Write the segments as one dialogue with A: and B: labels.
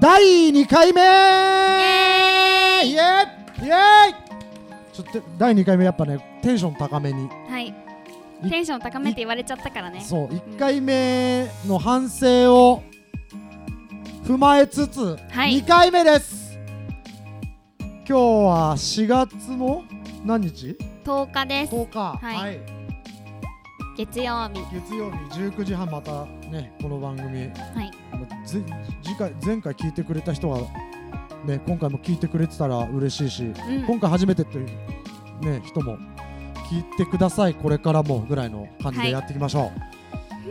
A: 第2回目
B: エーイ
A: イエーイイエーイちょっと第2回目やっぱねテンション高めに
B: はいテンション高めって言われちゃったからね
A: そう1回目の反省を踏まえつつ、
B: はい
A: 2回目です今日は4月の何日
B: 10日です
A: 10日
B: はい月曜日
A: 月曜日19時半またねこの番組
B: はい
A: ぜ次回前回聞いてくれた人はね今回も聞いてくれてたら嬉しいし、
B: うん
A: 今回初めてというね人も聞いてくださいこれからもぐらいの感じ
B: は
A: で
B: い
A: やっていきましょう。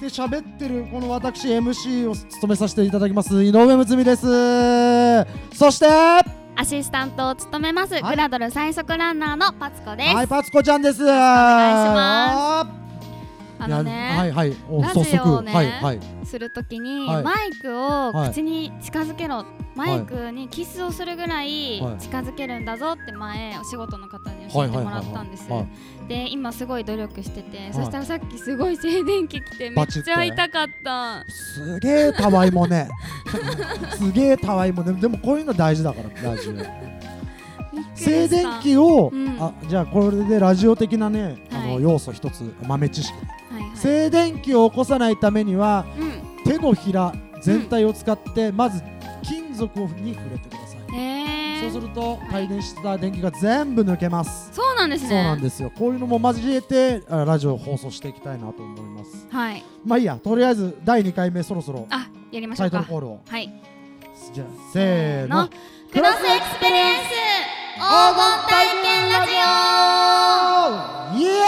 A: で喋ってるこの私 MC を務めさせていただきます井上睦美です。そしては
B: アシスタントを務めます、
A: はい
B: グラドル最速ランナーのパツコです、
A: いパツコちゃんです。お
B: 願
A: いしま
B: あのね、
A: はいはいお
B: ラジオをね
A: はいはい
B: するときに、
A: はい
B: マイクを
A: はい
B: 口に近づけろ、マイクにキスをするぐらい
A: はい
B: 近づけるんだぞって前お仕事の方に教えてもらったんです
A: はいはい
B: で今すごい努力してて、そしたらさっきすごい静電気きてめっ
A: バチッ
B: ち
A: て
B: ゃ痛かった
A: すげえたわいも ねすげえたわいもねでもこういうの大事だからラジオ
B: びっくりした
A: 静電気を、
B: うん
A: あじゃあこれでラジオ的なね、あ
B: は
A: の
B: い
A: 要素一つ豆知識、
B: はいはい
A: 静電気を起こさないためには
B: う
A: 手のひら全体を使って、まず金属に触れてください
B: んへ
A: そう
B: ー
A: すると
B: い
A: 帯電した電気が全部抜けます、
B: そうなんですね
A: そうなんですよこういうのも交えてあラジオを放送していきたいなと思います
B: はい
A: まあいいやとりあえず第2回目そろそろ
B: あやりまし
A: タ
B: ょ
A: イ
B: う
A: トル
B: か
A: コールを
B: はい
A: じゃあせーの
B: クロスエクスペリエンス黄金体験ラジ
A: イ
B: オ
A: エ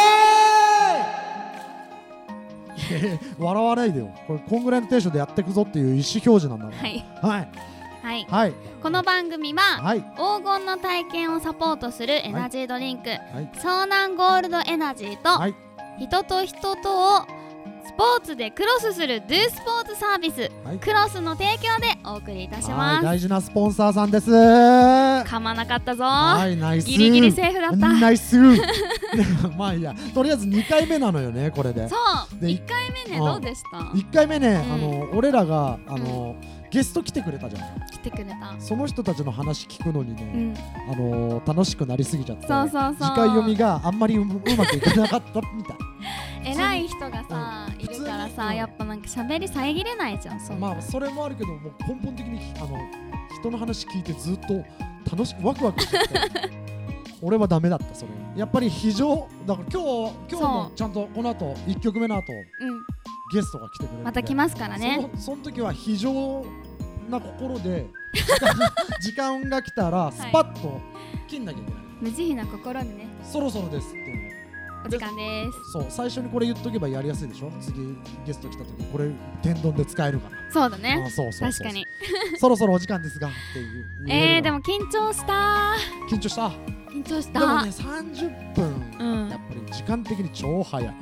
A: ーイ 笑わないでよこれこんぐらいのテンションでやっていくぞっていう意思表示なんだか
B: はい
A: らはい
B: はい
A: はい
B: この番組は
A: はい
B: 黄金の体験をサポートするエナジードリンク、
A: はい
B: 湘南ゴールドエナジーと、
A: はい
B: 人と人とをスポーツでクロスする Do スポーツサービス、
A: はい
B: クロスの提供でお送りいたし
A: はい
B: ます
A: 大事なスポンサーさんですは
B: 噛まなかったぞ、
A: いナイス
B: ギリギリセーフだった、
A: ナイス まあいいやとりあえず2回目なのよねこれで
B: そう
A: で
B: 1回目ね
A: うん
B: どうでした
A: 1回目ね、
B: うん
A: あの俺らがあの、ゲスト来てくれたじゃん
B: 来てくれた
A: その人たちの話聞くのに
B: う
A: ね、
B: ん
A: あの楽しくなりすぎちゃって
B: そうそうそう
A: 次回読みがあんまりううまくいかなかったみたい
B: 偉い人がさ、
A: うん
B: いるから
A: 普通に
B: さ
A: うん
B: やっぱなんか喋り遮れないじゃんそんな
A: まあそれもあるけどもう根本的にあの人の話聞いてずっと楽しくワクワクして て俺はダメだったそれやっぱり非常だから今日今日も
B: そう
A: ちゃんとこの後一曲目の後
B: う
A: ゲストが来てくれるん
B: ん
A: で
B: また来ますからね
A: そのその時は非常な心 で時間が来たらスパッと切んなきゃいけない、
B: 無慈悲な心にね
A: そろそろですっていうの
B: お時間です
A: そう最初にこれ言っとけばやりやすいでしょ次ゲスト来た時これ天丼で使えるから
B: そうだね
A: あそうそうそうそ
B: 確
A: う
B: かに
A: そろそろお時間ですがっていう
B: え
A: 言
B: ー、で
A: るの
B: も緊張した
A: 緊張した
B: 緊張し
A: でも
B: た、
A: ね30分、
B: うん
A: やっぱり時間的に超早い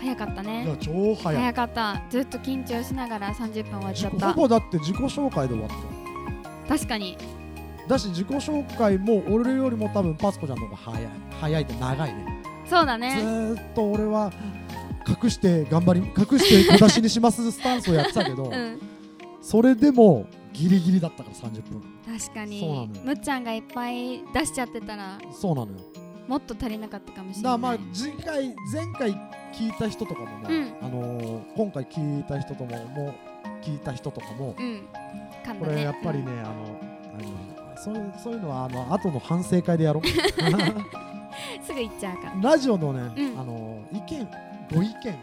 B: 早かった
A: い
B: ね
A: や超早い
B: 早かったずっと緊張しながら30分終わっち
A: 自
B: ゃっ
A: 己
B: た
A: ほぼだって自己紹介で終わって
B: 確かに
A: るだし自己紹介も俺よりも多分パスコちゃんの方が早い早いって長いね
B: そうだ
A: ず
B: ね
A: ーっと俺は隠して頑張り隠して小出しにしますスタンスをやってたけど、
B: うん
A: それでもギリギリだったから30分
B: 確
A: そ
B: か
A: う
B: に
A: なのよ
B: むっちゃんがいっぱい出しちゃってたら
A: そうなのよ
B: もっと足りなかったかもしれ
A: だ
B: な
A: から
B: い
A: まあ次回前回聞いた人とかもね、あのー今回聞いた人とももう聞いた人とかも、
B: うん噛ん
A: こ
B: だね
A: れやっぱりね、あのあのそういうそういうのはあの後の反省会でやろ う
B: うんすぐ行っちゃうから
A: ラジオのね、
B: うん
A: あのー意見ご意見聞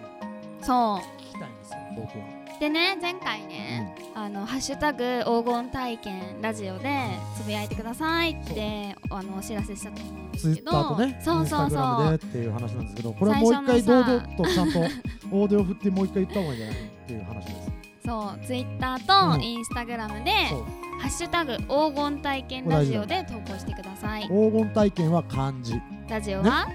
B: そう
A: きたいんですよ僕は、
B: でね前回ね、あのハッシュタグ黄金体験ラジオでつぶやいてくださいってあのお知らせしたと思うんで
A: ツイ
B: すけ
A: ッ
B: ど
A: ターとね
B: そうそう
A: インスタグ
B: そ
A: ラム
B: う
A: でっていう話なんですけどこれもう一
B: 最
A: 回
B: 初の
A: 堂
B: さ
A: 々とちゃんとオーディオ振ってもう一回言った方がいいんじゃないっていう話です
B: そうツイッター
A: う
B: と
A: ん
B: インスタグラムで、
A: そう
B: ハッシュタグ黄金体験ラジオで投稿してください
A: 黄金体験は漢字
B: ラジオは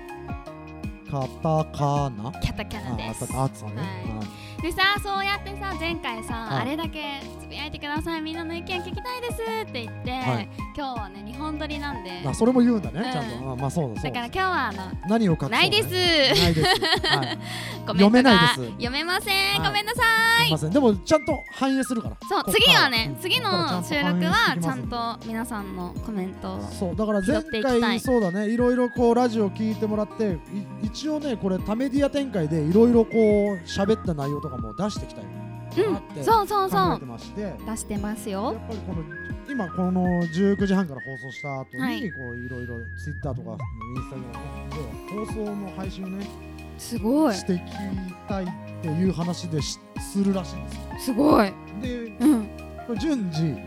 A: カタカナ
B: キャタキャナ
A: あ
B: で
A: あ
B: す
A: ったあったね、
B: はい
A: はい
B: でさそうやってさ前回さ、
A: はい
B: あれだけつぶやいてくださいみんなの意見聞きたいですって言って、
A: はい
B: 今日はね日本撮りなんで
A: まあ、それも言うんだね、
B: うん
A: ちゃんと。まあ、まあそうだ、そう
B: だから
A: だ。
B: 今日はあの
A: 何を隠そう、ね、
B: ないです
A: ないです。はい、
B: コメントが
A: 読めないです
B: 読めません、
A: はい
B: ごめんなさ
A: すいませんでもちゃんと反映するから
B: いそう
A: ここ
B: 次
A: から
B: はね
A: うん
B: 次
A: ここから
B: の収
A: ちゃん
B: 録
A: と反
B: は
A: 映していきま
B: ちゃ
A: す
B: んと皆さんのコメントを
A: そうだから
B: 拾
A: 前
B: っていきたい
A: 回そうだねいろいろこうラジオ聞いてもらってい一応ねこれタメディア展開でいろいろこう喋った内容とかも出していきたいなって
B: うんそうそうそ
A: 考え
B: う
A: てましてやっ
B: 出してます
A: ぱ
B: よ
A: りこの今この19時半から放送した後に、
B: はい
A: こういろいろツイッターとかインスタグラムで放送の配信をね
B: すごい
A: していきたいっていう話でしするらしいんですよ
B: すごい
A: で
B: うんうん
A: これ順次こ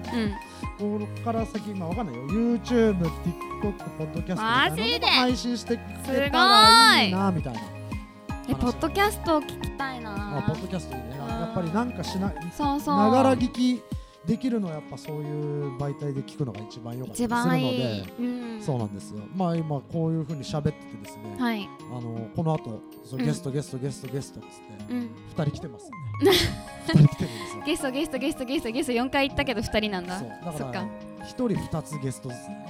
A: こから先今わかんないよ YouTube、TikTok、ポッドキャストみたいな
B: マジ
A: の
B: で
A: も配信してくれ
B: すご
A: たら
B: ーい
A: いいなみたいな
B: えポッドキャストを聞きたい
A: あ
B: な
A: ポッドキャストいいね
B: ん
A: やっぱりなんかしない
B: そうそう
A: ながら聞きできるのはやっぱそういう媒体で聞くのが一番良かったりす
B: 一
A: るの
B: 番
A: で
B: いい、うん、
A: そうなんですよまあ今こういうふうに喋っててですね、
B: はい、
A: あのこの後そう
B: うん
A: ゲストゲストゲストゲストっつって
B: うん、
A: 二人来てます んで二人来てるんですよ
B: ゲストゲストゲストゲストゲスト4回行ったけど2人なんだ
A: そうだ
B: そ
A: か
B: っ
A: ら
B: か
A: 一人二つゲストずつね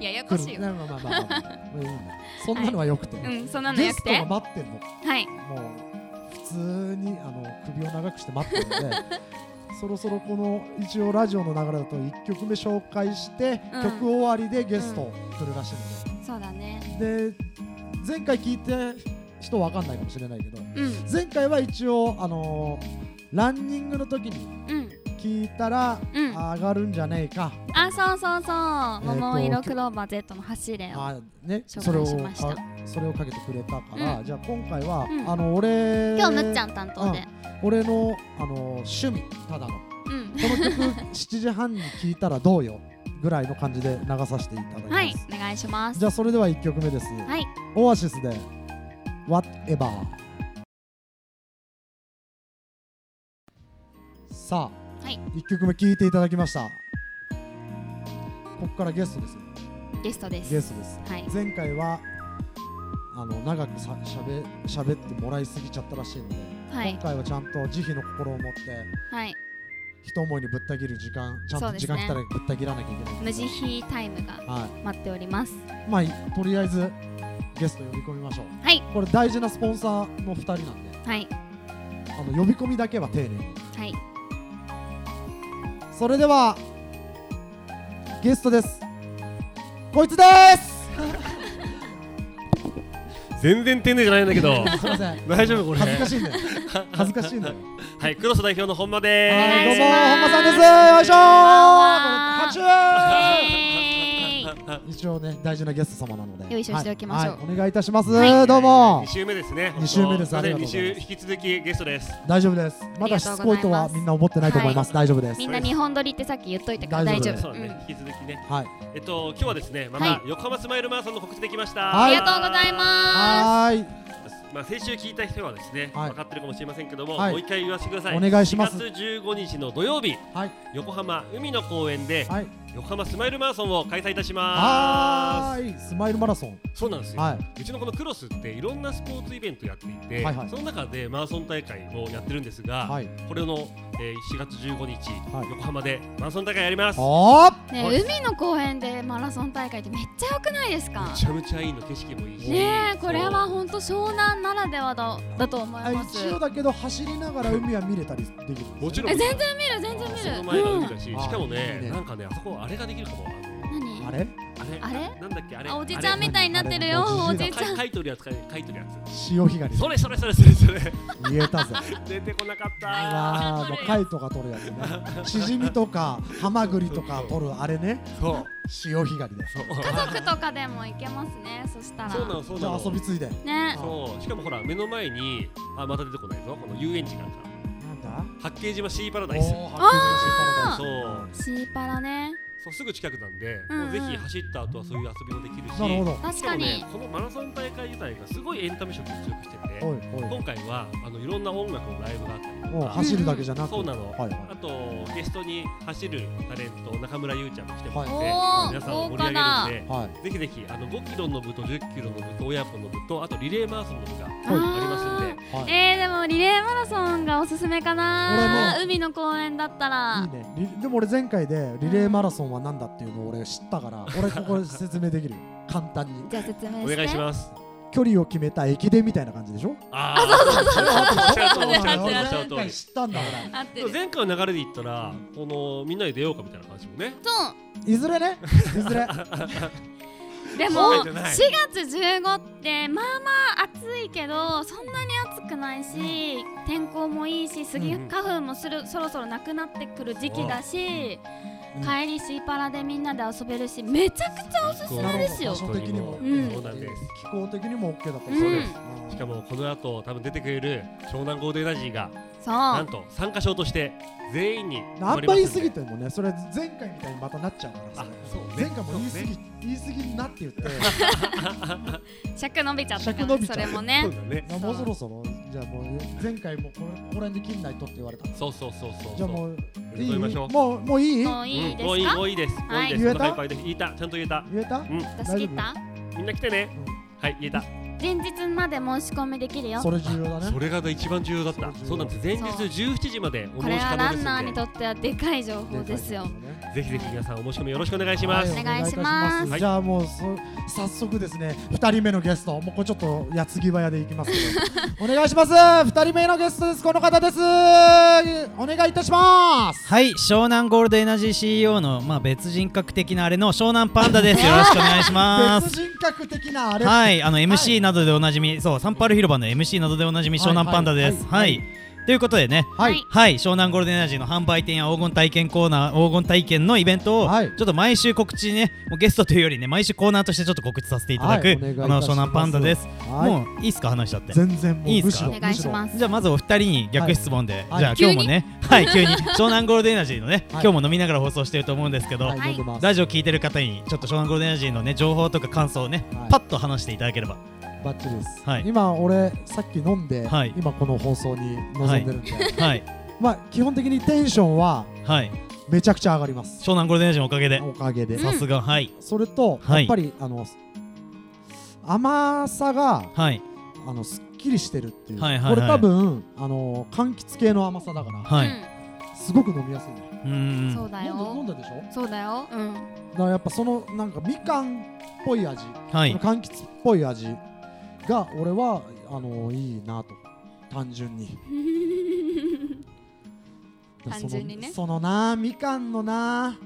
B: ややこ
A: 来
B: しい
A: る
B: よ
A: まあまあまあまあまあまあいいんだそんなのはよくて、
B: うんそんなの
A: ゲ
B: やく
A: スト
B: て
A: が待ってるの
B: はい
A: もう普通にあの首を長くして待ってるの でそろそろこの一応ラジオの流れだと1曲目紹介して、
B: うん
A: 曲終わりでゲスト来るらしい
B: そうだね
A: ので、で前回聞いて人わかんないかもしれないけど
B: うん
A: 前回は一応あのーランニングの時に
B: うん
A: 聞いたら、
B: うん
A: 上がるんじゃねえか
B: あそうそう
A: え
B: そう
A: ーと
B: 桃色クローバー Z の走れを
A: あね、
B: 紹介
A: それを
B: しました
A: かそれをかけてくれたから、
B: うん
A: じゃあ今回は、
B: うん
A: あの俺
B: 今日むっちゃん担当で
A: 俺のあの趣味ただのこ
B: うん
A: の曲7時半に聴いたらどうよぐらいの感じで流させていただきます、
B: はいお願いします
A: じゃあそれでは1曲目です、
B: はい
A: オアシスで「Whatever」さあ、
B: はい
A: 1曲目聴いていただきましたここからゲストですよ
B: ゲストで
A: ゲ
B: す
A: ストです
B: はい
A: 前回はあの長くさしゃべしゃべってもらいすぎちゃったらしいので、
B: はい
A: 今回はちゃんと慈悲の心を持って
B: はい
A: 一思いにぶった切る時間ちゃん
B: そ
A: と
B: うです
A: 時
B: ね
A: 間来たらぶった切らなきゃいけないん
B: 無
A: ですけ
B: 慈
A: ど
B: 悲タイムが
A: は
B: 待っております
A: いまあとりあえずゲスト呼び込みましょう
B: はい
A: これ大事なスポンサーの2人なんで
B: はい
A: あの呼び込みだけは丁寧に
B: はい
A: それではゲストですこいつです
C: 全然丁寧じゃないんだ けど
A: すいません
C: 大丈夫これ
A: 恥ずかしいんだよ恥ずかしいんだよ
C: はいクロス代表の本間
A: は
C: で
A: い
C: ー
A: ど
C: す
A: うも本
B: お願いします
A: 間さんですよいしょー
B: こんばんは
A: これハチュー
B: イエーイ
A: 一応ね大事なゲスト様なので
B: よいしょしておきましょう
A: はいはいお願いいたします、
B: はい
A: どうも
C: 2週目ですね
A: 二週目です
C: 本
A: あ
C: 当
A: りがとうございます
C: なので二週引き続きゲストです
A: 大丈夫ですまだしつこいとはみんな思ってないと思います、大丈夫です
B: みんな日本撮りってさっき言っといたから
A: 大
B: 大
A: 丈夫
B: 丈夫
C: そう
B: う
C: だ
B: ん
C: ね引き続きね
A: はい
C: えっと今日はですねま
B: はい
C: た横浜スマイルマラソンの告知できました
B: あ
A: はい
B: りがとうございま
A: はーい
C: すまあ先週聞いた人はですね
A: はい
C: 分かってるかもしれませんけども
A: はい
C: もう一回言わせてください
A: お願いします
C: 4月15日の土曜日
A: はい
C: 横浜海の公園で
A: はい
C: 横浜スマイルマラソンを開催いたしま
A: はーいスマイルマラソン
C: すそうなんですよ
A: は
C: うちのこのクロスっていろんなスポーツイベントやっていて、
A: はいはい
C: その中でマラソン大会をやってるんですが、
A: いはい
C: これの、えー4月15日、
A: はい
C: 横浜でマラソン大会やりますめ
A: おー
B: すねえ海の公園でマラソン大会ってめっちゃ良くないですか
C: ちゃめちゃいいの景色もいいし
B: ねえこれは
C: そう
B: 本当湘南ならではだだと思い
A: あ
B: ます
A: 一応だけど走りながら海は見れたりできる
C: もちろん
B: え全然見る全然見る
C: その前が海だし、
A: うん
C: しかもね
A: あいいね
C: なんかねあそこあれができるかもあの
B: 何
A: あれ
C: あれ
B: あ
C: なんだっけあれ
B: あおじちゃん
C: あれ
B: みたいになってるよ
A: あ
B: お
A: れ
B: じちゃん
C: か書いとるやつか書いとるや
A: 潮干狩
C: つ
A: り
C: それそれそれそれそれ
A: 言えた ぜ
C: 出てこなかった
A: あーあの貝とか取るやつねシジミとかハマグリとか取るあれね
C: そう
A: 潮干狩りです
C: そう
B: 家族とかでも行けますねそしたら
C: そうなのそう
A: じ
C: な
A: ゃあ
C: の
A: 遊びついで
B: ね
C: そうしかもほら目の前にあまた出てこないぞこの遊園地があるから
A: なんだ
C: 八景島シーパラ
A: お
C: ダイス
A: ーハッピー
C: そう
B: シーパラね
C: そうすぐ近くなんで、
B: うんうん
C: もうぜひ走った後はそういう遊びもできるし
A: なるほど
B: 確
C: しか
B: かに
C: もねこのマラソン大会自体がすごいエンタメ色を強くしてて、
A: おいおい
C: 今回はあのいろんな音楽のライブがあったり
A: もう
C: とか、
A: 走るだけじゃなく
C: そうなの
A: はいはい
C: あとゲストに走るタレント中村優ちゃんも来てもらって、
B: はい
C: 皆さん
B: おー
C: を盛り上げるんで。
A: はい
C: ぜひぜひあの5キロの部と10キロの部と親子の部とあとリレーマラソンの部があり
B: あー
C: ますんで
A: はい
B: えー、でもリレーマラソンがおすすめかな
A: 俺も
B: 海の公園だったら
A: いいねリでも俺前回でリレーマラソンはなんだっていうのを俺知ったから俺ここで説明できる簡単に
B: じゃあ説明し
C: お
B: て
C: 願いします
A: 距離を決めた駅伝みたいな感じでしょ
C: ああそうそうそうそうおっしゃる通りおっしゃる通りおっし
A: 前
C: ゃる通り
A: 回知ったんだか
B: 合って
C: でも
B: る
C: 前回の流れで言ったらこのみんなで出ようかみたいな感じもね
B: そ
A: らいずれねいず れ
B: うでも
C: そうじゃ
B: 4
C: ない
B: 月15ってまあまあ暑いけどそんなに暑くないし天候もいいしスギ
C: うんうん
B: 花粉もするそろそろなくなってくる時期だし
A: うん
B: 帰りシーパラでみんなで遊べるしめちゃくちゃおすすめ
C: なるほ
B: で
C: ど
B: すよ
A: 場所的にも、
B: うん
C: そうなんです
A: 気候的にも OK だった
B: うんそうです
C: しかもこの後多分出てくれる湘南ゴールデンエナジーが
B: そ
C: なん
B: う
C: と参加賞として全員に
A: あん
C: 配り
A: ま
C: ますんで
A: 言い過ぎてもね、それ前回みたいにまたなっちゃうから
C: あ
A: さ。
C: そうね
A: 前回も言い過
C: そう
A: ぎ
C: ね、
A: 言い過ぎになって言って、
B: 尺伸びちゃったか
A: 尺伸
B: ら
A: びちゃ
B: そうれも
C: そ
B: ね
C: うだね
A: まあもうそろそろ、じゃあもう前回もこれここら辺で切んないとって言われた。
C: そうそうそうそう
A: じゃあもういい
C: やりましょう
A: もうもういい
B: もういいで
C: うんもうい
B: す
C: い
B: か
C: もういいですもういいです
A: はい
C: お腹いっぱいです言えたちゃんと言えた
A: 言えた
B: 出し切った
C: みんな来てねはい言えた
B: 前日まで申し込みできるよ
A: それ重要だね。
C: それが一番重要だった
A: そう
C: そうなんです前日
B: そう
C: 17時までお
B: こ
C: 申
B: れ
C: し
B: は
C: 込
B: ラ
C: みで
B: ン
C: す
B: ナー
C: の
B: に
C: で
B: とってはでかい情報ですよ
C: ぜひぜひ皆さんお申し込みよろしくお願いします
B: はいお願いします
C: はい
A: じゃあもうそ早速ですね、二人目のゲスト、もうこれちょっと矢継ぎ早でいきます けど、お願いします。二人目のゲストです。この方です。お願いいたします。
D: はい湘南ゴールドエナジー CEO の、まあ、別人格的なあれの湘南パン ダですよろしくお願いしま
A: 別
D: す
A: 人格的なあれ。
D: はいあの
A: はい
D: MC などでおなじみ、そうサンパル広場の MC などでおなじみ
A: はい
D: 湘南パンダです
A: は
D: はいい、
A: は
D: ということでね
A: はい
B: はい
D: はい湘南ゴールドエナジーの販売店や黄金体験コーナー黄金体験のイベントを、
A: はい
D: ちょっと毎週告知ねもうゲストというよりね毎週コーナーとしてちょっと告知させていただく、
A: はいお願いいた
D: あ
A: しま
D: の
A: す
D: 湘南パンダです、
A: はい
D: もういいっすか話しちゃって
A: 全然もう
D: いい
A: む
D: っ
A: し
D: す
A: ろ
D: か
B: お願いします
D: じゃあまずお二人に逆質問で、
A: はい
D: じゃあ
A: はい
D: 今日もね、 はい、急に湘南ゴールドエナジーのね、
A: はい
D: 今日も飲みながら放送してると思うんですけど、
A: はい、
B: はい
A: 飲んでます
D: ラジオ聞いてる方にちょっと湘南ゴールドエナジーのね情報とか感想をね、
A: はい
D: パッと話していただけ れば、
A: バッチリです、
D: はい
A: 今俺さっき飲んで、
D: はい
A: 今この放送に臨んでるんで、
D: はい
A: まあ基本的にテンションは
D: はい
A: めちゃくちゃ上がります
D: 湘南ゴールドエナジーのおかげで、
A: おかげで、
B: うん
D: さすがはい
A: それと、
D: はい
A: やっぱりあの甘さが
D: はい
A: あのすっきりしてるっていう、
D: はいはいはい
A: これ多分あの柑橘系の甘さだか
D: はいう
A: らすごく飲みやすいね
D: うー
B: うん
D: ん
B: そうだ
A: 飲んだ飲んだ
B: よ
A: でしょ
B: そうだようん
A: だからやっぱそのなんかみかんっぽい味、
D: は
A: その
D: い
A: 柑橘っぽい味が俺はあのいいなと単純 に
B: 単純にね
A: そのそのなみかんのな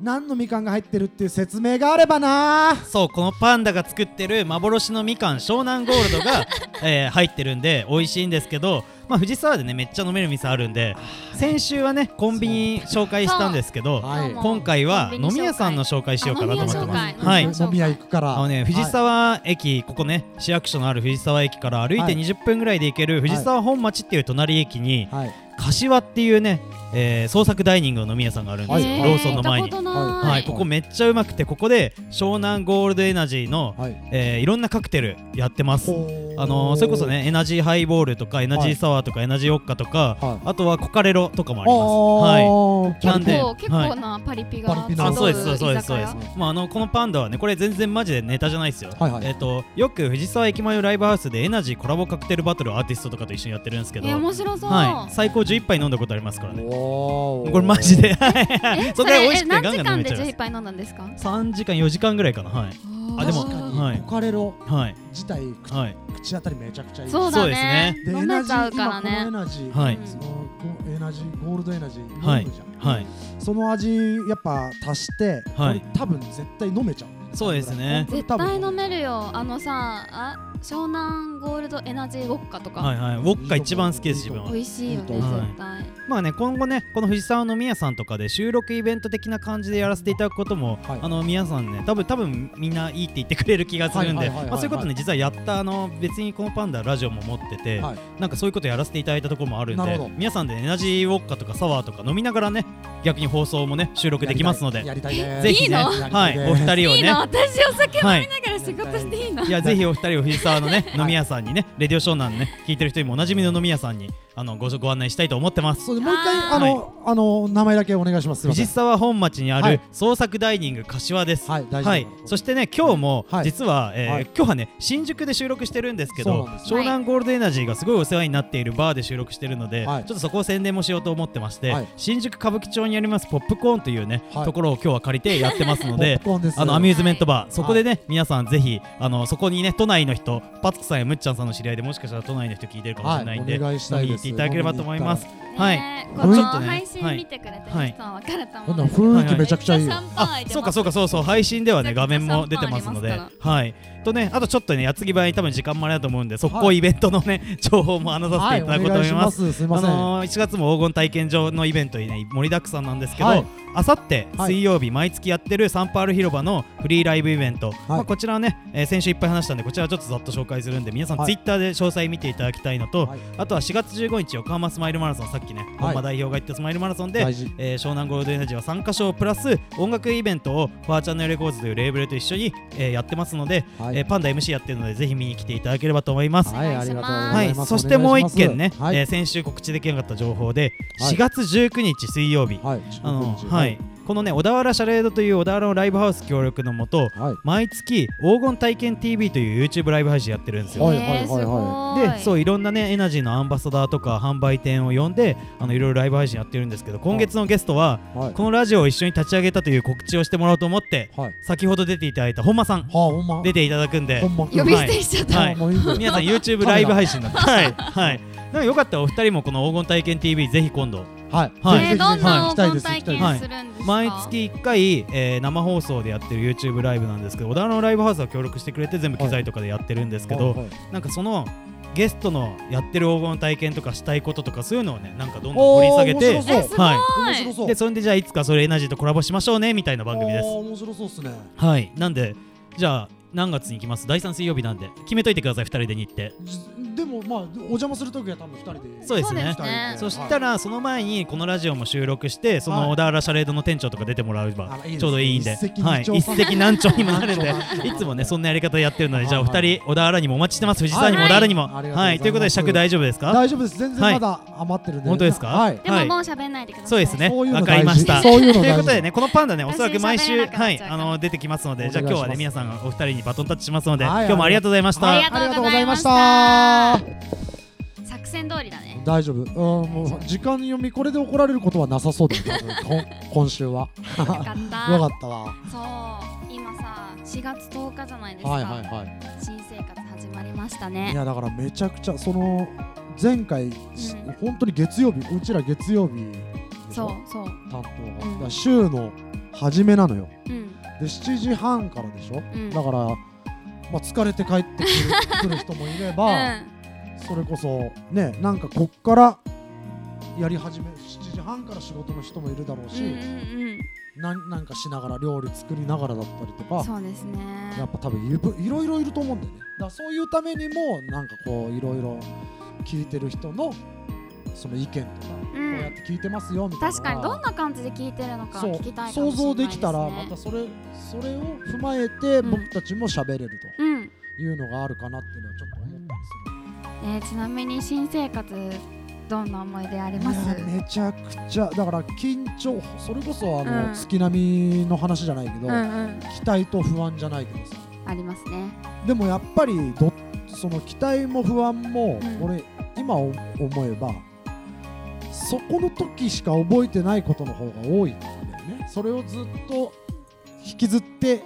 A: 何のみかんが入ってるっていう説明があればな
D: そうこのパンダが作ってる幻のみかん湘南ゴールド が、えー入ってるんで美味しいんですけど、まあ、藤沢でねめっちゃ飲める店あるんで先週はねコンビニ紹介したんですけど
A: はい
B: どうも
D: 今回は
B: コンビニ紹
D: 飲
B: 介
D: み屋さんの紹介しようかなと思ってま
B: あ飲み
D: す
B: 屋紹介
D: はい
B: 飲み
A: 飲み屋行くから
D: あのね藤沢駅ここね市役所のある藤沢駅から歩い
A: は
D: て
A: い
D: 20分ぐらいで行ける藤沢本町っていう隣駅に
A: はい、はい
D: 柏っていうねえー創作ダイニングの飲み屋さんがあるんです
A: は
D: よ
A: い
D: ローソンの前
B: 行
D: に
B: ったこと
A: い
B: な
D: はいいここめっちゃうまくてここで湘南ゴールドエナジーの
A: はい
D: えーいろんなカクテルやってます
A: ほー
D: あのーそれこそねエナジーハイボールとかエナジーサワーとかエナジーオッカとか
A: はい
D: あとはコカレロとかもあります
A: あ
D: はいなんで
B: 結構結構なパリピが
A: パリピの
D: あ
A: 集
D: そう
A: ま
D: で
A: る
D: すそうですそうですそう
A: 居
D: です
A: 酒
D: まああのこのパンダはねこれ全然マジでネタじゃないですよ、
A: はいはい
D: えっ、とよく藤沢駅前のライブハウスでエナジーコラボカクテルバトルアーティストとかと一緒にやってるんですけど、
B: え面白そう
D: はい最高11杯飲んだことありますからね
A: おー
D: これマジではい そ
B: そ
D: れぐら
B: れ
D: い美味
B: え
D: しくて
B: 何
D: ガ
B: 時
D: ンガン飲
B: 間
D: めち
B: で
D: ゃいま
B: 11
D: す
B: 杯飲んだんですか
D: 3時間4時間ぐらいかなはいあでも
A: 確かに、
D: はい
A: コカレロ
D: はい
A: 自体口,、
D: はい
A: 当たりめちゃくちゃいい
B: そう
D: そ
B: だ
D: うです
B: ね
A: で
D: ね
B: 飲めちゃうから
A: エナジー今こ
B: ね
A: のエナジー、
D: はい
A: そのゴエナジーゴールドエナジー、
D: はい
A: 飲むじゃん
D: はい
A: その味やっぱ足して、
D: はい
A: これ多分絶対飲めちゃう
D: そうですね
A: これ
B: 絶
A: 多分
B: 対飲めるよあのさあ湘南ゴールドエナジーウォッカと
D: はい
B: か
D: はいウォッカ一番好きです自分は
B: 美味しいよね
A: いい
D: と思う
B: 絶対
D: まあね今後ねこの藤沢の宮さんとかで収録イベント的な感じでやらせていただくことも、
A: はい
D: あの皆さんね多分多分みんないいって言ってくれる気がするん
A: はいは
D: で
A: いはいはいはい
D: まあそういうことね実はやったあの別にこのパンダラジオも持ってて、
A: はい
D: なんかそういうことやらせていただいたところもあるん
A: なる
D: で
A: ほど
D: 皆さんでエナジーウォッカとかサワーとか飲みながらね逆に放送もね収録できますので
A: やりたいね
D: ぜひね
B: いいの
D: はいお二人を
B: いい
D: ね
B: な私お酒飲み
D: はい
B: ながら仕事していいない
D: やぜひお二人を藤沢のね飲み屋さんにねレディオ湘南ね聞いてる人にもおなじみの飲み屋さんにあのごご案内したいと思ってます
A: それもう一回
B: あ
A: あ
B: ー
A: の、あの名前だけお願いします。すいません
D: 藤沢本町にあ
A: は
D: る
A: い
D: 創作ダイニング柏です。
A: はい大丈夫
D: そしてね今日も
A: はい
D: 実は、えー
A: はい
D: 今日はね新宿で収録してるんですけど
A: そうなんです
B: よ
D: 湘南ゴールドエナジーがすごいお世話になっているバーで収録してるので、
A: はい
D: ちょっとそこを宣伝もしようと思ってまして、
A: はい
D: 新宿歌舞伎町にありますポップコーンというね、
A: はい
D: ところを今日は借りてやってますので
A: ポップ。コーンです
D: あのアミューズメントバー、
B: はい
D: そこでね、皆さんぜひあのそこにね都内の人パツクさんやむっちゃんさんの知り合いでもしかしたら都内の人聞いてるかもしれないん
A: は
D: で、
A: いお願いしたい
D: 飲みに
A: です
D: 行っていただければと思います。はい
B: ね
A: はい
B: この
A: ち
D: ょっとね
B: 配信
D: はい
B: 見てくれてる人は分かると思
A: こ
B: うんんで
A: な
B: すけど
A: 雰囲気めちゃくちゃいいよ。
B: めっシャンパン
D: あ
B: 開いて
D: そう
B: ま
D: か
B: す
D: そうかそうそう配信ではね画面も出てますの
B: めっ
D: で
B: ちゃシャンパンあります
D: はいとねあとちょっとね矢継ぎ早に多分時間もあれだと思うんで速攻イベントのね、情報も話させていただこうと思います。
A: す。すみま
D: あ
A: せん。
D: のー、1月も黄金体験場のイベントにね盛りだくさんなんですけ
A: は
D: ど
A: い
D: あさって
A: はい
D: 水曜日毎月やってるサンパール広場のフリーライブイベント、まあ、こちらはね、えー先週いっぱい話したんでこちらはちょっとざっと紹介するんで皆さん
A: はい
D: ツイッターで詳細見ていただきたいのと、
A: はい
D: あとは4月15日横浜スマイルマラソンさっきね本間代表が言ったスマイルマラソンで、
A: 大事。
D: えー湘南ゴールドエナジーは3カ所プラス音楽イベントをファーチャンネルレコーズというレーブルと一緒に、えーやってますので、
A: はい
D: えーパンダ MC やってるのでぜひ見に来ていただければと思います。
A: はい、ありがとうご
D: は
A: ざい
D: い、
A: ます。
D: そしてもう一件ね、
A: はい
D: えー先週告知できなかった情報で、
A: はい
D: 4月19日水曜日、
A: はい、
D: あの
A: 19日
D: はい、このね小田原シャレードという小田原のライブハウス協力のもと
A: はい、
D: 毎月黄金体験 TV という YouTube ライブ配信やってるんですよ。
A: はい
B: えーすご
D: でそう
B: い
D: いろんなねエナジーのアンバサダーとか販売店を呼んであのいろいろライブ配信やってるんですけど今月のゲストは
A: はい、
D: このラジオを一緒に立ち上げたという告知をしてもらおうと思って
A: はい、は
D: 先ほど出ていただいた本間さん
A: あ、ほんま、
D: 出ていただくんで
A: ほんま、
B: 呼び捨てしちゃった、
D: はい
A: もういいんだよ
D: 皆さん YouTube ライブ配 信なんではいはいなんかよかったらお二人もこの黄金体験 TV ぜひ今度
A: はい、
D: はい
B: えーどんな
A: 行き
B: 黄
A: たいです行
B: 金体
A: きたい
B: 験
A: です
B: するんですか
D: 毎月1回、えー生放送でやってる YouTube ライブなんですけど小田原のライブハウスは協力してくれて全部機材とかでやってるんですけど、
A: はいはい
D: なんかそのゲストのやってる黄金体験とかしたいこととかそういうのをねなんかどんどん
A: お
D: 掘
A: ー
D: り下げて
A: 面白そう
B: すごい
D: はい
A: 面白そう
D: でそれでじゃあいつかそれエナジーとコラボしましょうねみたいな番組です
A: あー面白そうですね
D: はいなんでじゃあ何月に行きます第3水曜日なんで決めといてください2人で日程
A: じでもまあお邪魔する時は多分二人で
D: そうですね
A: 行きたいんで
D: そしたらその前にこのラジオも収録してそ
A: は
D: の
A: い
D: 小田原シャレードの店長とか出てもらえば
A: あいいですね
D: ちょうどいいんで
A: 一石二
D: はい
A: 鳥
D: 一石何鳥にもなるんで
A: 何鳥
D: いつもねそんなやり方でやってるので
A: はい
D: じゃあお二人小田原にもお待ちしてます藤沢にも
B: はい
D: 小田原にも
A: はい
D: はいということで尺大丈夫ですか
A: 大丈夫です全然
D: はい
A: まだ余ってるんで
D: 本当ですか
A: はい
B: でももう喋んないでください
D: そうですね
A: そういうの
D: わかりました
A: 大事そ ういうの
D: という
A: 大
D: こ
A: 事
D: とでねこのパンダねおそらく毎週
B: 私喋れなくな
D: は
B: っ
D: い
B: ちゃうから
D: あの出てきますのでじゃあ
A: お
D: 今
A: 願い
D: 日
A: します
D: はね皆さんお二人にバトンタッチしますので
A: はい
D: 今日もありがとうございまし
B: あり
D: た
B: がとうございまし
A: あ
B: た
A: りがとうございま
B: 作戦通り だね
A: した大丈夫うんもう時間読みこれで怒られることはなさそうだよねこん今週は
B: よかったよ
A: よかったわ
B: そう今さ4月10日じゃないですか、
A: はいはいはい
B: 新生活始まりました
A: い
B: ね
A: やだからめちゃくちゃその前回し
B: うん
A: 本当に月曜日うちら月曜日でし
B: そ
A: ょ
B: うそう
A: 担当が
B: うん
A: だから週の初めなのよ
B: うん
A: で7時半からでしょ
B: うん
A: だからまあ疲れて帰ってくる来る人もいればそれこそねなんかこっからやり始め7時半から仕事の人もいるだろう
B: うん、うん
A: し、
B: うん
A: なん、なんかしながら料理作りながらだったりと
B: うん
A: か
B: そうですね
A: やっぱ多分いぶいろいろいると思うんだよねだからそういうためにもなんかこういろいろ聞いてる人のその意見とか、
B: うん
A: こうやって聞いてますよみたいな
B: 確かにどんな感じで聞いてるのか
A: そう
B: 聞きたいかも
A: 想
B: しれな
A: 像
B: い
A: で
B: で
A: すき
B: ね
A: たらまたそれそれを踏まえて
B: ん
A: 僕たちも喋れる
B: うん
A: というのがあるかなっていうのはちょっと思ったりする。
B: えー、ちなみに新生活どんな思い出あります
A: いやめちゃくちゃだから緊張それこそあの、
B: うん
A: 月並みの話じゃないけど、
B: うんうん
A: 期待と不安じゃないけどさ
B: ありますね
A: でもやっぱりどその期待も不安も、
B: うん
A: 俺今思えばそこの時しか覚えてないことの方が多いんだよねそれをずっと引きずって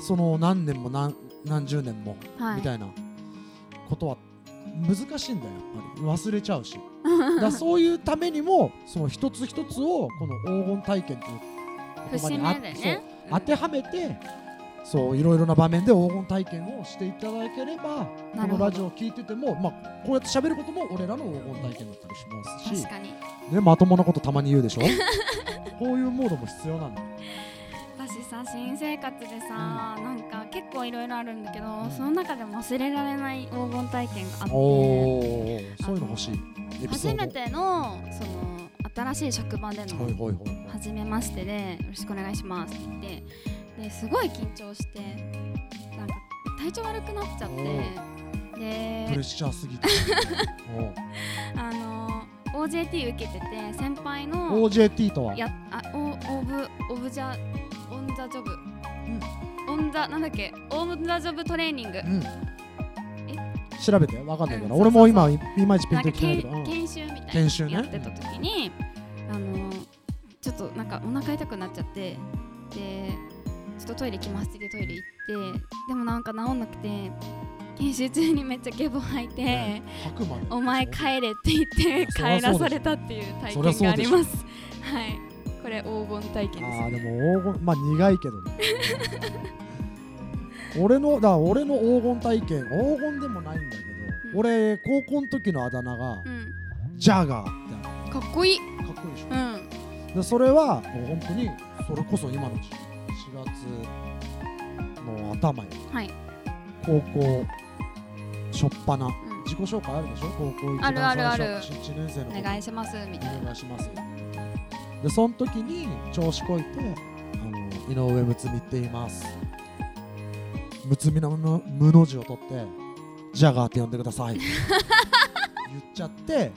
A: その何年も何何十年も、
B: はい
A: みたいなことは難しいんだよやっぱり忘れちゃ うしだからそういうためにもその一つ一つをこの黄金体験という言葉
B: 節
A: に
B: 目
A: あ
B: で
A: そう
B: ね
A: 当てはめてそういろいろな場面で黄金体験をしていただければこ
B: なるほど
A: のラジオを聞いてても、まあ、こうやって喋ることも俺らの黄金体験だったりしますし
B: 確、かに
A: ね、まともなことたまに言う でしょこういうモードも必要なんだ
B: 私さ新生活でさ、なんか結構いろいろあるんだけど、その中でも忘れられない黄金体験があって
A: おーそういうの欲しいエピソ
B: 初
A: ード
B: めてのその新しい職場で
A: はい
B: の
A: はいはい
B: 初めましてでよろしくお願いしますって言ってですごい緊張してなんか体調悪くなっちゃっ
A: お
B: て
A: プ
B: で
A: レッシャーすぎておー
B: あの OJT 受けてて先輩の
A: OJT とは
B: やあオオブオブジャオンザジョブ、オンザなんだっけオンザジョブトレーニング
A: うん調べてわかんないから、俺も今いいまいちピ
B: な
A: ンと
B: んか
A: きてない
B: 研
A: けど、うん
B: 研修みたいな
A: 研修ね
B: やってた時に、あのちょっとなんかお腹痛くなっちゃってでちょっとトイレ来ますって言ってトイレ行ってでもなんか治んなくて研修中にめっちゃゲボ吐いて、
A: 白馬で
B: お前帰れって言って
A: そりゃそうでしょ
B: 帰らされたっていう体
A: そりゃ
B: 験
A: そう
B: があ
A: で
B: り
A: しょ
B: ますはいこれ黄金体験です
A: ああでも黄金まあ苦いけどね俺のだから俺の黄金体験黄金でもないんだけど、
B: うん
A: 俺高校の時のあだ名が、
B: う
A: ジャガーってあ
B: んかっこいい
A: るかっこいいでしょ
B: う、ん
A: でそれはもう本当にそれこそ今の4月の頭よ
B: はい、
A: 高校初っ端
B: うん
A: 自己紹介あるでしょ高校1年
B: あるあるある
A: 1年生の
B: お
A: 子
B: 願いしますみたい
A: お
B: な
A: 願いしますでその時に調子こいてあの井上睦美って言います睦美の無の無の字を取ってジャガーって呼んでくだ さい言っちゃって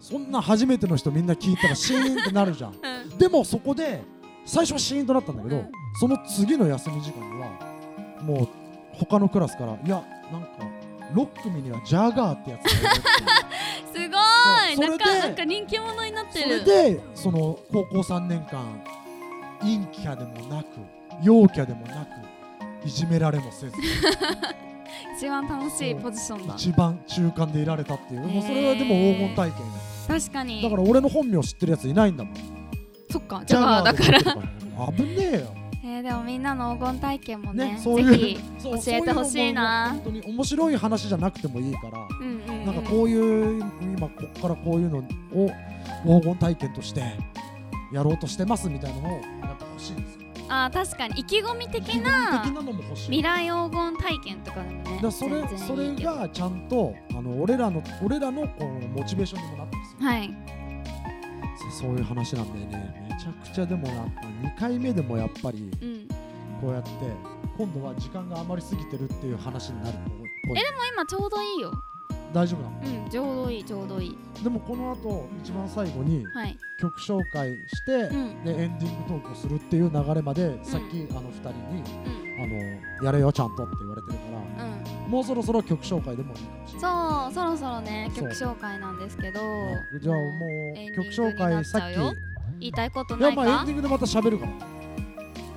A: そんな初めての人みんな聞いたらシーンってなるじゃん
B: うん
A: でもそこで最初はシーンとなったんだけど、
B: うん
A: その次の休み時間にはもう他のクラスからいやなんか6組にはジャガーってやつがいるっていう
B: すごい
A: そう
B: な
A: それ
B: んか
A: で
B: なんか人気者になって
A: それ
B: る
A: でその高校3年間陰キャでもなく陽キャでもなくいじめられもせ ず
B: 一番楽しいポジションだ
A: 一番中間でいられたっていうもうそれはでも黄金体験
B: 確か
A: だか
B: に
A: ら俺の本名知ってるやついないんだもん
B: そっかじゃあだから
A: ら危ねえよ
B: えーでもみんなの黄金体験もね
A: ねそういう
B: ぜひ
A: そう
B: 教えてほしいな
A: そういうのも本当に面白い話じゃなくてもいいから
B: うんうんうん
A: なんかこういう今こっからこういうのを黄金体験としてやろうとしてますみたいなのをやっぱ欲しいですよ
B: あー確かに意気込み的
A: 意気込み
B: な
A: 的なのも欲しい
B: 未来黄金体験とかでもね
A: だからそれ
B: 全
A: そ
B: 然い
A: れ
B: いけど
A: がちゃんとあの俺らの俺らのこうモチベーションにもなってますよ
B: はい
A: そそういう話なんだよねめちゃくちゃでもやっぱ2回目でもやっぱり
B: うん
A: こうやって今度は時間が余りすぎてるっていう話になるっぽい
B: え今ちょうどいいよ
A: 大丈夫なの
B: うんちょうどいいちょうどいい
A: でもこの後一番最後に
B: はい
A: 曲紹介して、
B: うん
A: でエンディングトークをするっていう流れまで、さっきあの2人に
B: うん
A: あの「やれよちゃんと」って言われてるか
B: うん
A: らもうそろそろ曲紹介でもいいかもしれない
B: そうそろそろね
A: そう
B: 曲紹介なんですけど
A: じゃあも
B: エン
A: う
B: ディン
A: 曲
B: グ
A: 紹
B: に
A: 介
B: なっち
A: さ
B: ゃ
A: っ
B: う
A: き
B: よ言いたいこと
A: いや
B: ない
A: まあエン
B: か
A: ディングでまた喋るから。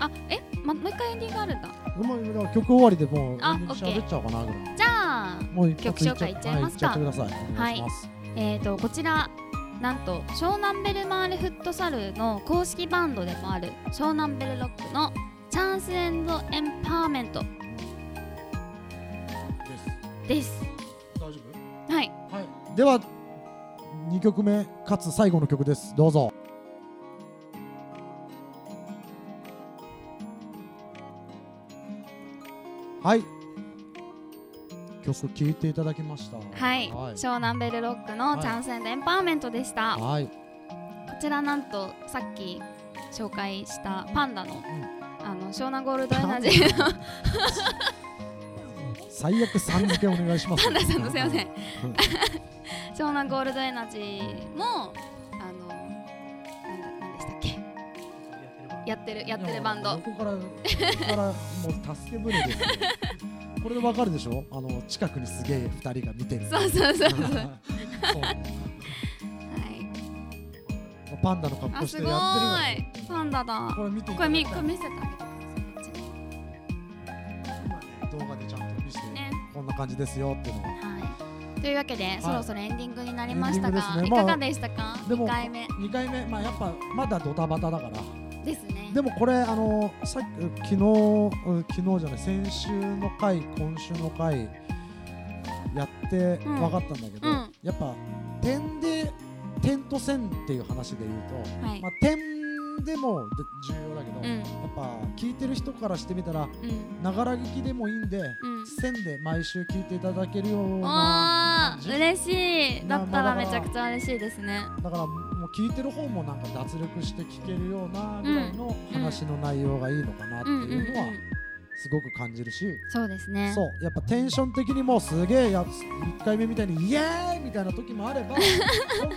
B: あえまもう一回エンディングあるんだ
A: もう今曲終わりでもうエンデ
B: あ
A: ィング喋っちゃおうかなぐらい。
B: じゃあ
A: もう一
B: 曲
A: 曲
B: 紹介いっちゃいますか
A: はい、行っちゃってください。お願いします。
B: えー、とこちらなんと湘南ベルマーレフットサルの公式バンドでもある湘南ベルロックのチャンスエンドエンパワーメント
A: です
B: です
A: 大丈
B: はい
A: 夫？はい。では二曲目かつ最後の曲です。どうぞ。はい。曲聴いていただきました。
B: はい、
A: はい。
B: 湘南ベルロックのチャンスエンドエンパワーメントでした、こ
A: はい
B: ちらなんとさっき紹介したパンダの、あの湘南ゴールドエナジ ー
A: 最悪さん付けお願いします。
B: パンダさんのすいま
A: は。
B: せん湘南ゴールドエナジーのあのなんだなんでしたっけやってるやってるバンド
A: ここから、ここから、もう助け舟ですよ。これでわかるでしょあの、近くにすげえ二人が見てる。
B: そうそうそうそうは
A: そう
B: い
A: パンダの格
B: あ
A: 好して
B: す
A: や
B: ご
A: ってる
B: いパンダだ
A: わ。これ見てい
B: これ
A: ただ
B: 見
A: き
B: こ
A: た
B: れ
A: い。
B: 見せてあげてくださ
A: 動画でちゃんと見せて、
B: いね
A: こんな感じですよっていうのが。
B: はいというわけで、
A: い
B: そろそろエンディングになりました
A: エンディン
B: が、
A: グです
B: い
A: ね
B: か
A: ま
B: が
A: あ
B: でしたか、
A: でも
B: 2回目
A: 二回目、まあ、やっぱ、まだドタバタだから。
B: ですね
A: でもこれあのさっき昨日うん昨日じゃない先週の回今週の回やって
B: うん
A: 分かったんだけど、
B: うん
A: やっぱ点で点と線っていう話で言う
B: はい
A: と、まあ、点でもで重要だけど、
B: うん
A: やっぱ聞いてる人からしてみたら
B: うん
A: ながら聞きでもいいんで、
B: ん
A: 線で毎週聞いていただけるような
B: わー嬉しい
A: まあ
B: だった
A: まあ
B: ら
A: まあ
B: めちゃくちゃ嬉しいですね
A: だからもう聞いてる方もなんか脱力して聞けるようなぐらいの話の内容がいいのかなって
B: うんうんう
A: い
B: ん
A: うのはすごく感じるし、
B: そうですね
A: そうやっぱテンション的にもうすげえや1回目みたいにイエーイみたいな時もあれば本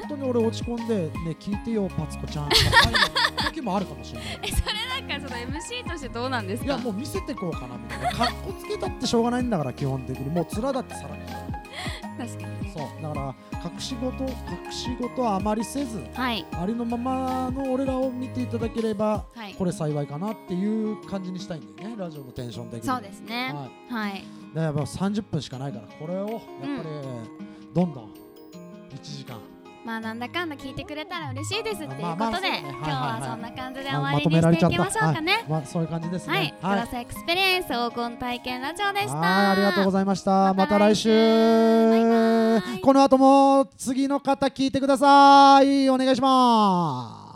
A: 当に俺落ち込んで「ね聞いてよパツコちゃん」みたいな時もあるかもしれない。
B: えそれなんかその MC としてどうなんです
A: いや
B: か
A: もう見せてこうかなみたいなかっこつけたってしょうがないんだから基本的にもう面だってさらに
B: 確かにね
A: そうだから隠し事隠し事はあまりせず
B: はい
A: ありのままの俺らを見ていただければ
B: はい
A: これ幸いかなっていう感じにしたいんだよねラジオのテンション的に
B: そうですね
A: はい、
B: はい
A: だからやっぱ30分しかないからこれをやっぱりどんどん1時間、
B: まあなんだかんだ聞いてくれたら嬉しいですっていうことで、
A: まあまあそうねは
B: 今
A: い
B: 日
A: はいはい
B: はそんな感じで終
A: あ
B: わ
A: ま
B: り
A: と
B: に
A: められ
B: し
A: ち
B: て
A: ゃ
B: い
A: っ
B: き
A: た
B: ましょうかね。
A: はいまあ、そういう感じですね
B: はい、クロスエクスペリエンス黄金体験ラジオでした。
A: はいありがとうございましたま
B: ま
A: た
B: た
A: 来
B: 来
A: 週
B: 週バイバイ
A: この後も次の方聞いてくださいお願いします